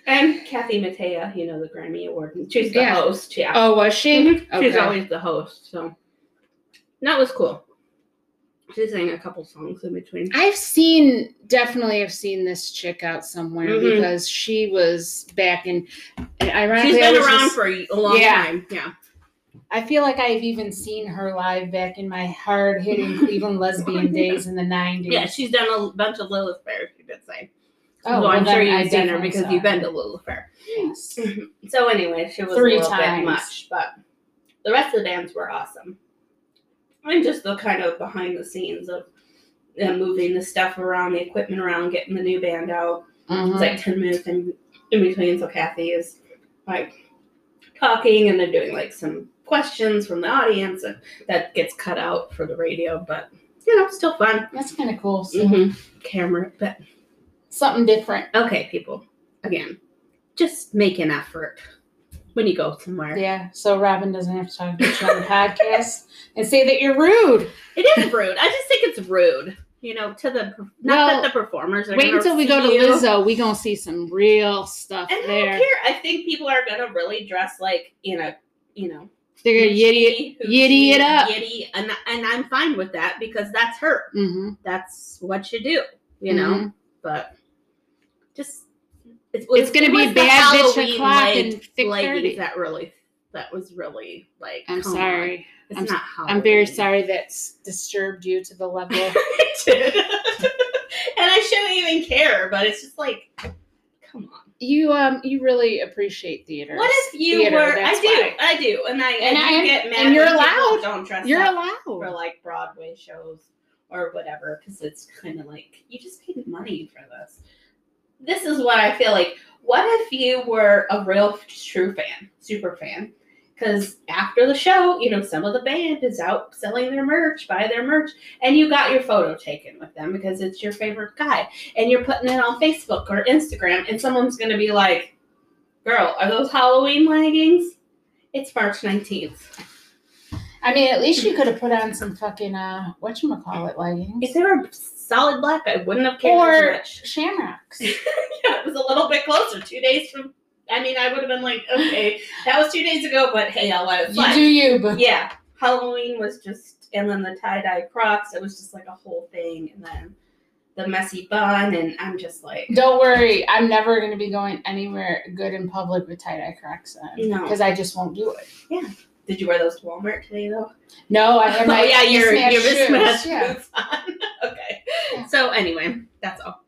[SPEAKER 2] And Kathy Mattea, you know, the Grammy award. She's the
[SPEAKER 3] Yeah.
[SPEAKER 2] host, yeah.
[SPEAKER 3] Oh, was she?
[SPEAKER 2] Mhm. She's
[SPEAKER 3] Okay.
[SPEAKER 2] always the host, so And that was cool. She sang a couple songs in between.
[SPEAKER 3] I've seen definitely. I've seen this chick out somewhere
[SPEAKER 2] Mhm.
[SPEAKER 3] because she was back in. And ironically,
[SPEAKER 2] She's
[SPEAKER 3] I
[SPEAKER 2] been
[SPEAKER 3] was
[SPEAKER 2] around
[SPEAKER 3] just-
[SPEAKER 2] for a long
[SPEAKER 3] Yeah.
[SPEAKER 2] time. Yeah.
[SPEAKER 3] I feel like I've even seen her live back in my hard hitting
[SPEAKER 2] [laughs]
[SPEAKER 3] Cleveland lesbian days in the '90s.
[SPEAKER 2] Yeah, she's done a bunch of Lilith Fair, she did say.
[SPEAKER 3] Oh,
[SPEAKER 2] so I'm
[SPEAKER 3] well,
[SPEAKER 2] sure
[SPEAKER 3] then I
[SPEAKER 2] you've done her
[SPEAKER 3] definitely
[SPEAKER 2] because
[SPEAKER 3] saw
[SPEAKER 2] you've been Mm-hmm.
[SPEAKER 3] her.
[SPEAKER 2] to Lilith Fair.
[SPEAKER 3] Yes.
[SPEAKER 2] So anyway, she was
[SPEAKER 3] Three
[SPEAKER 2] a little
[SPEAKER 3] times.
[SPEAKER 2] bit much, but the rest of the bands were awesome. And just the kind of behind the scenes of them moving the stuff around, the equipment around, getting the new band out.
[SPEAKER 3] Mhm.
[SPEAKER 2] It's like 10 minutes in, in between, so Kathy is like talking and they're doing like some questions from the audience and that gets cut out for the radio, but you know, still fun.
[SPEAKER 3] That's kind of cool. So-
[SPEAKER 2] hmm Camera, but
[SPEAKER 3] Something different.
[SPEAKER 2] okay, people, again, just make an effort when you go somewhere.
[SPEAKER 3] Yeah. So Robin doesn't have to talk to you on the podcast and say that you're rude.
[SPEAKER 2] It is rude. I just think it's rude. You know, to the per- not
[SPEAKER 3] Well,
[SPEAKER 2] that the performers are.
[SPEAKER 3] Wait
[SPEAKER 2] gonna
[SPEAKER 3] until we go to
[SPEAKER 2] see you.
[SPEAKER 3] Lizzo. We gonna see some real stuff
[SPEAKER 2] And I don't
[SPEAKER 3] there.
[SPEAKER 2] care. I think people are gonna really dress like in a you know
[SPEAKER 3] They're gonna yiddy.
[SPEAKER 2] hoochie,
[SPEAKER 3] yiddy it up.
[SPEAKER 2] yiddy, and and I'm fine with that because that's her.
[SPEAKER 3] Mm-hmm.
[SPEAKER 2] That's what you do. You know,
[SPEAKER 3] Mhm.
[SPEAKER 2] but just it's,
[SPEAKER 3] It's gonna
[SPEAKER 2] it
[SPEAKER 3] be
[SPEAKER 2] was the
[SPEAKER 3] bad bitch
[SPEAKER 2] Halloween
[SPEAKER 3] o'clock
[SPEAKER 2] leg-
[SPEAKER 3] and thick
[SPEAKER 2] leggings
[SPEAKER 3] thirty.
[SPEAKER 2] that really that was really like
[SPEAKER 3] I'm
[SPEAKER 2] come on.
[SPEAKER 3] sorry.
[SPEAKER 2] It's
[SPEAKER 3] I'm-
[SPEAKER 2] not
[SPEAKER 3] I'm very
[SPEAKER 2] Halloween.
[SPEAKER 3] sorry that's disturbed you to the [laughs] level.
[SPEAKER 2] [laughs] I did. [laughs] and I shouldn't even care, but it's just like come on.
[SPEAKER 3] you um you really appreciate theater.
[SPEAKER 2] What if you
[SPEAKER 3] Theater,
[SPEAKER 2] were I
[SPEAKER 3] that's
[SPEAKER 2] do,
[SPEAKER 3] why.
[SPEAKER 2] I do, and I
[SPEAKER 3] And
[SPEAKER 2] and
[SPEAKER 3] I-
[SPEAKER 2] I do get mad
[SPEAKER 3] and you're
[SPEAKER 2] when people
[SPEAKER 3] allowed.
[SPEAKER 2] don't dress
[SPEAKER 3] You're
[SPEAKER 2] up for
[SPEAKER 3] allowed.
[SPEAKER 2] like Broadway shows or whatever, because it's kinda like you just paid money for this. This is what I feel like. What if you were a real true fan, super fan? Because after the show, you know, some of the band is out selling their merch, buy their merch and you got your photo taken with them because it's your favorite guy and you're putting it on Facebook or Instagram and someone's going to be like, "Girl, are those Halloween leggings?" It's March 19th.
[SPEAKER 3] I mean, at least you could have put on some fucking uh whatchamacallit leggings.
[SPEAKER 2] If they were solid black, I wouldn't have cared as
[SPEAKER 3] Or
[SPEAKER 2] much. [laughs]
[SPEAKER 3] [laughs] shamrocks.
[SPEAKER 2] Yeah, it was a little bit closer. 2 days from I mean, I would have been like, "Okay, that was 2 days ago, but hey, I'll let it
[SPEAKER 3] you
[SPEAKER 2] fly."
[SPEAKER 3] do you, but
[SPEAKER 2] yeah, Halloween was just, and then the tie dye Crocs. It was just like a whole thing, and then the messy bun, and I'm just like,
[SPEAKER 3] Don't worry, I'm never going to be going anywhere good in public with tie dye cracks on
[SPEAKER 2] No.
[SPEAKER 3] because I just won't do it.
[SPEAKER 2] "Did you wear those to Walmart today, though?"
[SPEAKER 3] No, I [laughs] have
[SPEAKER 2] [laughs]
[SPEAKER 3] my
[SPEAKER 2] oh yeah, your
[SPEAKER 3] mismatched
[SPEAKER 2] your
[SPEAKER 3] shoes.
[SPEAKER 2] mismatched
[SPEAKER 3] Yeah.
[SPEAKER 2] boots on. [laughs] okay.
[SPEAKER 3] Yeah.
[SPEAKER 2] So anyway, that's all.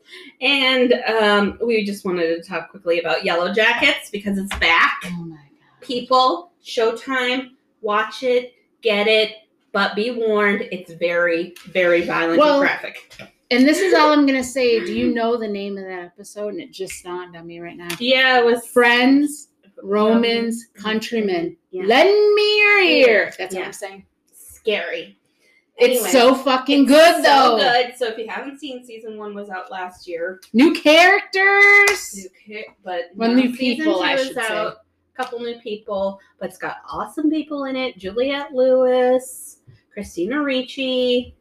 [SPEAKER 2] And um, we just wanted to talk quickly about Yellow Jackets because it's back.
[SPEAKER 3] Oh my
[SPEAKER 2] People, Showtime, watch it, get it, but be warned, it's very, very violent
[SPEAKER 3] Well,
[SPEAKER 2] and graphic.
[SPEAKER 3] And this is all I'm gonna say. Do you know the name of that episode? And it just dawned on me right now.
[SPEAKER 2] Yeah, it was
[SPEAKER 3] Friends, Romans, countrymen.
[SPEAKER 2] Yeah.
[SPEAKER 3] Lend me your ear. That's what
[SPEAKER 2] Yeah.
[SPEAKER 3] I'm saying.
[SPEAKER 2] scary.
[SPEAKER 3] it's
[SPEAKER 2] Anyway,
[SPEAKER 3] so fucking
[SPEAKER 2] it's
[SPEAKER 3] good
[SPEAKER 2] so
[SPEAKER 3] though.
[SPEAKER 2] good. So if you haven't seen season one, was out last year.
[SPEAKER 3] New characters.
[SPEAKER 2] New ki- but
[SPEAKER 3] Well,
[SPEAKER 2] now
[SPEAKER 3] new
[SPEAKER 2] season
[SPEAKER 3] people,
[SPEAKER 2] two
[SPEAKER 3] I
[SPEAKER 2] is
[SPEAKER 3] should say.
[SPEAKER 2] Couple new people, but it's got awesome people in it: Juliette Lewis, Christina Ricci,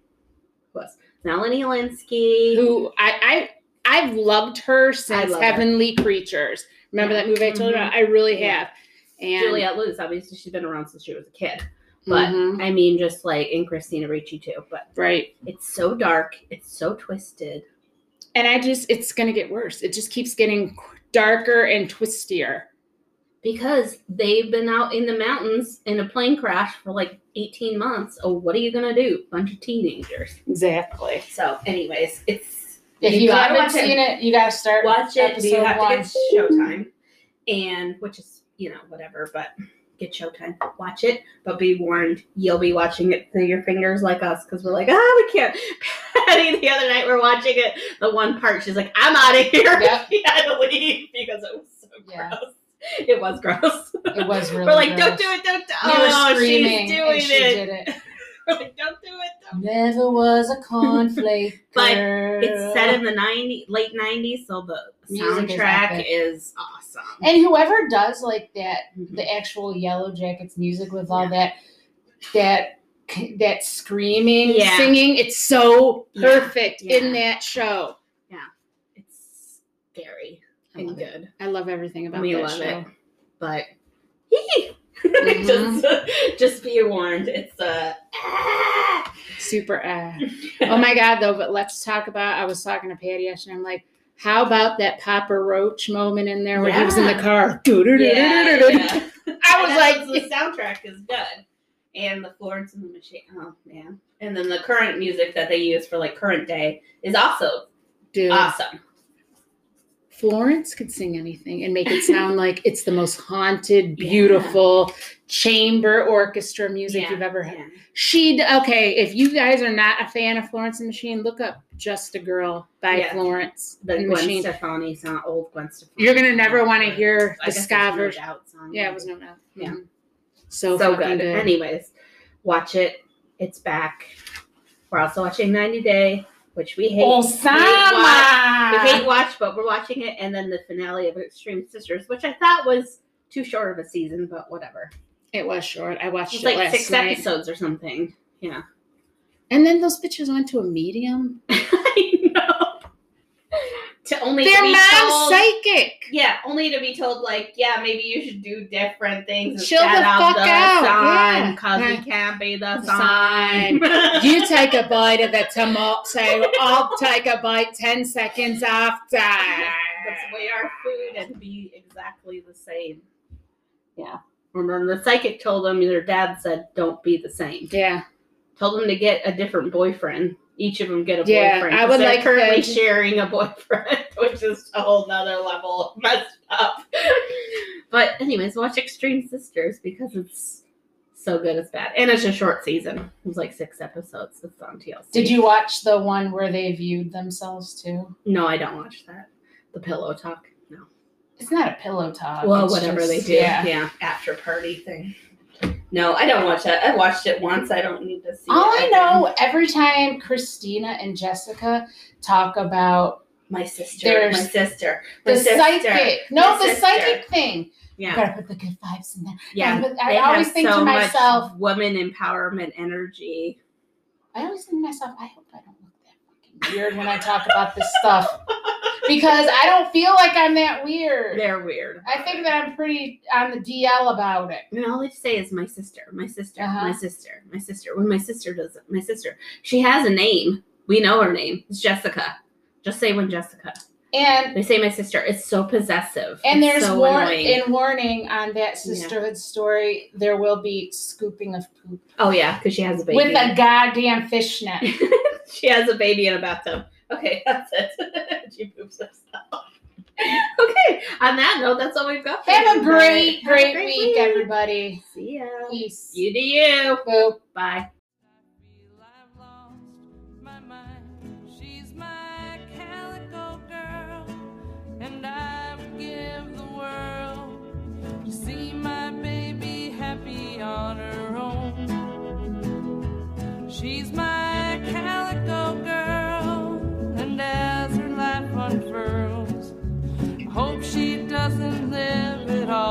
[SPEAKER 2] who else? Melanie Linsky.
[SPEAKER 3] Who I I I've loved her since
[SPEAKER 2] love her.
[SPEAKER 3] Heavenly Creatures. Remember
[SPEAKER 2] Yeah.
[SPEAKER 3] that movie I told you
[SPEAKER 2] Mhm.
[SPEAKER 3] about? I really
[SPEAKER 2] Yeah.
[SPEAKER 3] have. And
[SPEAKER 2] Juliette Lewis, obviously, she's been around since she was a kid. But
[SPEAKER 3] Mhm.
[SPEAKER 2] I mean, just like in Christina Ricci too. But
[SPEAKER 3] right.
[SPEAKER 2] it's so dark, it's so twisted.
[SPEAKER 3] And I just, it's going to get worse. It just keeps getting darker and twistier.
[SPEAKER 2] because they've been out in the mountains in a plane crash for like 18 months. Oh, what are you gonna do? Bunch of teenagers.
[SPEAKER 3] Exactly.
[SPEAKER 2] So, anyways, it's
[SPEAKER 3] If you,
[SPEAKER 2] gotta
[SPEAKER 3] haven't
[SPEAKER 2] watch
[SPEAKER 3] seen
[SPEAKER 2] it.
[SPEAKER 3] it, you got to start.
[SPEAKER 2] Watch it. Do you
[SPEAKER 3] episode
[SPEAKER 2] have
[SPEAKER 3] one.
[SPEAKER 2] to get Showtime? And which is you know whatever, but get Showtime. Watch it, but be warned, you'll be watching it through your fingers like us because we're like, ah, we can't. [laughs] Patty, the other night we're watching it. The one part, she's like, I'm out of here. [laughs]
[SPEAKER 3] Yep.
[SPEAKER 2] she had to leave because it was so
[SPEAKER 3] Yeah.
[SPEAKER 2] gross. It was gross. [laughs]
[SPEAKER 3] It was really
[SPEAKER 2] We're like,
[SPEAKER 3] gross.
[SPEAKER 2] don't do it, don't do it.
[SPEAKER 3] We were
[SPEAKER 2] oh,
[SPEAKER 3] screaming
[SPEAKER 2] she's doing
[SPEAKER 3] and she
[SPEAKER 2] it.
[SPEAKER 3] did it.
[SPEAKER 2] [laughs] We're like, don't do it. Don't.
[SPEAKER 3] Never
[SPEAKER 2] [laughs]
[SPEAKER 3] was a cornflake
[SPEAKER 2] But
[SPEAKER 3] girl.
[SPEAKER 2] It's set in the 90, late 90s, so the
[SPEAKER 3] Music is
[SPEAKER 2] soundtrack
[SPEAKER 3] epic.
[SPEAKER 2] is, awesome. Mm-hmm.
[SPEAKER 3] And whoever does like that, the actual Yellow Jackets music with all that, that, that screaming,
[SPEAKER 2] Yeah.
[SPEAKER 3] singing, it's so
[SPEAKER 2] Yeah.
[SPEAKER 3] perfect in
[SPEAKER 2] Yeah.
[SPEAKER 3] that show.
[SPEAKER 2] It's scary
[SPEAKER 3] I
[SPEAKER 2] and
[SPEAKER 3] love it.
[SPEAKER 2] good,
[SPEAKER 3] I love everything about
[SPEAKER 2] We
[SPEAKER 3] that
[SPEAKER 2] love
[SPEAKER 3] show.
[SPEAKER 2] it. but [laughs]
[SPEAKER 3] Mhm.
[SPEAKER 2] just, just be warned, it's uh, ah! a.
[SPEAKER 3] Super. Uh, oh my God, though. But let's talk about. I was talking to Patty yesterday. I'm like, how about that Papa Roach moment in there where he was in the
[SPEAKER 2] Yeah.
[SPEAKER 3] car?
[SPEAKER 2] yeah, yeah.
[SPEAKER 3] I was
[SPEAKER 2] That
[SPEAKER 3] like,
[SPEAKER 2] the soundtrack is good, and the Florence and the Machine. Oh man! And then the current music that they use for like current day is also
[SPEAKER 3] dude,
[SPEAKER 2] awesome.
[SPEAKER 3] Florence could sing anything and make
[SPEAKER 2] [laughs]
[SPEAKER 3] it sound like it's the most haunted, beautiful chamber orchestra music
[SPEAKER 2] Yeah,
[SPEAKER 3] you've ever heard.
[SPEAKER 2] yeah.
[SPEAKER 3] She d- okay. If you guys are not a fan of Florence and the Machine, look up "Just a Girl" by
[SPEAKER 2] Yeah.
[SPEAKER 3] Florence
[SPEAKER 2] The
[SPEAKER 3] and the
[SPEAKER 2] Gwen
[SPEAKER 3] Machine.
[SPEAKER 2] Stefani song, old Gwen Stefani.
[SPEAKER 3] You're gonna never
[SPEAKER 2] song,
[SPEAKER 3] want to
[SPEAKER 2] but
[SPEAKER 3] hear
[SPEAKER 2] I
[SPEAKER 3] the
[SPEAKER 2] guess
[SPEAKER 3] ska
[SPEAKER 2] there's no
[SPEAKER 3] version.
[SPEAKER 2] doubt song.
[SPEAKER 3] Yeah, it was no doubt.
[SPEAKER 2] Yeah.
[SPEAKER 3] Mhm. So,
[SPEAKER 2] so
[SPEAKER 3] fucking
[SPEAKER 2] good. Anyways, watch it. It's back. We're also watching 90 Day, which we
[SPEAKER 3] Oh,
[SPEAKER 2] hate.
[SPEAKER 3] Osama.
[SPEAKER 2] We hate watch, but we're watching it. And then the finale of Extreme Sisters, which I thought was too short of a season, but whatever.
[SPEAKER 3] It was short. I watched
[SPEAKER 2] It's
[SPEAKER 3] it
[SPEAKER 2] like
[SPEAKER 3] last
[SPEAKER 2] six
[SPEAKER 3] night.
[SPEAKER 2] episodes or something. [laughs]
[SPEAKER 3] And then those bitches went to a medium.
[SPEAKER 2] I know. To only
[SPEAKER 3] They're
[SPEAKER 2] be
[SPEAKER 3] now
[SPEAKER 2] told-
[SPEAKER 3] psychic.
[SPEAKER 2] Yeah, only to be told like, yeah, maybe you should do different things
[SPEAKER 3] Chill
[SPEAKER 2] instead
[SPEAKER 3] the
[SPEAKER 2] of
[SPEAKER 3] fuck
[SPEAKER 2] the
[SPEAKER 3] out, yeah.
[SPEAKER 2] sign, cause
[SPEAKER 3] Right.
[SPEAKER 2] we can't be the,
[SPEAKER 3] The
[SPEAKER 2] sign.
[SPEAKER 3] [laughs]
[SPEAKER 2] [laughs]
[SPEAKER 3] You take a bite of the tomato. I'll take a bite ten seconds after.
[SPEAKER 2] Let's weigh our food and be exactly the same.
[SPEAKER 3] Yeah.
[SPEAKER 2] And then the psychic told them their dad said, "Don't be the same."
[SPEAKER 3] Yeah.
[SPEAKER 2] Told them to get a different boyfriend. Each of them get a
[SPEAKER 3] Yeah,
[SPEAKER 2] boyfriend.
[SPEAKER 3] I
[SPEAKER 2] 'cause
[SPEAKER 3] would
[SPEAKER 2] they're
[SPEAKER 3] like
[SPEAKER 2] currently
[SPEAKER 3] to-
[SPEAKER 2] sharing a boyfriend, [laughs] which is a whole nother level of messed up. [laughs] but anyways, watch Extreme Sisters because it's so good it's bad, and it's a short season. It was like six episodes. It's on TLC.
[SPEAKER 3] Did you watch the one where they viewed themselves too?
[SPEAKER 2] No, I don't watch that. The Pillow Talk. No.
[SPEAKER 3] It's not a pillow talk.
[SPEAKER 2] Well,
[SPEAKER 3] Uh, it's
[SPEAKER 2] whatever
[SPEAKER 3] just-
[SPEAKER 2] they do.
[SPEAKER 3] Yeah.
[SPEAKER 2] Yeah. After party thing. No, I don't watch that. I watched it once. I don't need to see
[SPEAKER 3] All
[SPEAKER 2] it.
[SPEAKER 3] I
[SPEAKER 2] again.
[SPEAKER 3] know, every time Christina and Jessica talk about
[SPEAKER 2] My sister.
[SPEAKER 3] There's-
[SPEAKER 2] my sister. My
[SPEAKER 3] the
[SPEAKER 2] sister.
[SPEAKER 3] psychic, no,
[SPEAKER 2] My
[SPEAKER 3] the
[SPEAKER 2] sister.
[SPEAKER 3] psychic thing, you
[SPEAKER 2] Yeah.
[SPEAKER 3] gotta put the good vibes in there.
[SPEAKER 2] Yeah.
[SPEAKER 3] Gotta put- I
[SPEAKER 2] They
[SPEAKER 3] always
[SPEAKER 2] have
[SPEAKER 3] think
[SPEAKER 2] so
[SPEAKER 3] to
[SPEAKER 2] much
[SPEAKER 3] myself,
[SPEAKER 2] woman empowerment energy.
[SPEAKER 3] I always think to myself, I hope I don't look that fucking weird when I talk about this
[SPEAKER 2] [laughs]
[SPEAKER 3] stuff because I don't feel like I'm that weird.
[SPEAKER 2] They're weird.
[SPEAKER 3] I think that I'm pretty on the DL about it.
[SPEAKER 2] And all they say is my sister, my sister,
[SPEAKER 3] Uh-huh.
[SPEAKER 2] my sister, my sister. When my sister does it, my sister. She has a name. We know her name. It's Jessica. Just say when Jessica.
[SPEAKER 3] And
[SPEAKER 2] They say my sister. It's so possessive.
[SPEAKER 3] and
[SPEAKER 2] It's
[SPEAKER 3] there's
[SPEAKER 2] so
[SPEAKER 3] war-
[SPEAKER 2] annoying.
[SPEAKER 3] in warning on that sisterhood story, there will be scooping of poop
[SPEAKER 2] oh yeah, because she has a baby.
[SPEAKER 3] with a goddamn fishnet.
[SPEAKER 2] [laughs] she has a baby in a bathtub. Okay, [laughs] that's it. [laughs] she poops herself. [laughs] okay, on that note, that's all we've got. for
[SPEAKER 3] Have a
[SPEAKER 2] you
[SPEAKER 3] great,
[SPEAKER 2] tonight. Have a
[SPEAKER 3] great week, everybody.
[SPEAKER 2] See ya.
[SPEAKER 3] Peace.
[SPEAKER 2] You do you.
[SPEAKER 3] Boop.
[SPEAKER 1] I
[SPEAKER 2] Bye.
[SPEAKER 1] feel I've lost my mind. She's my She's my calico girl, and as her life unfurls, hope she doesn't live it all.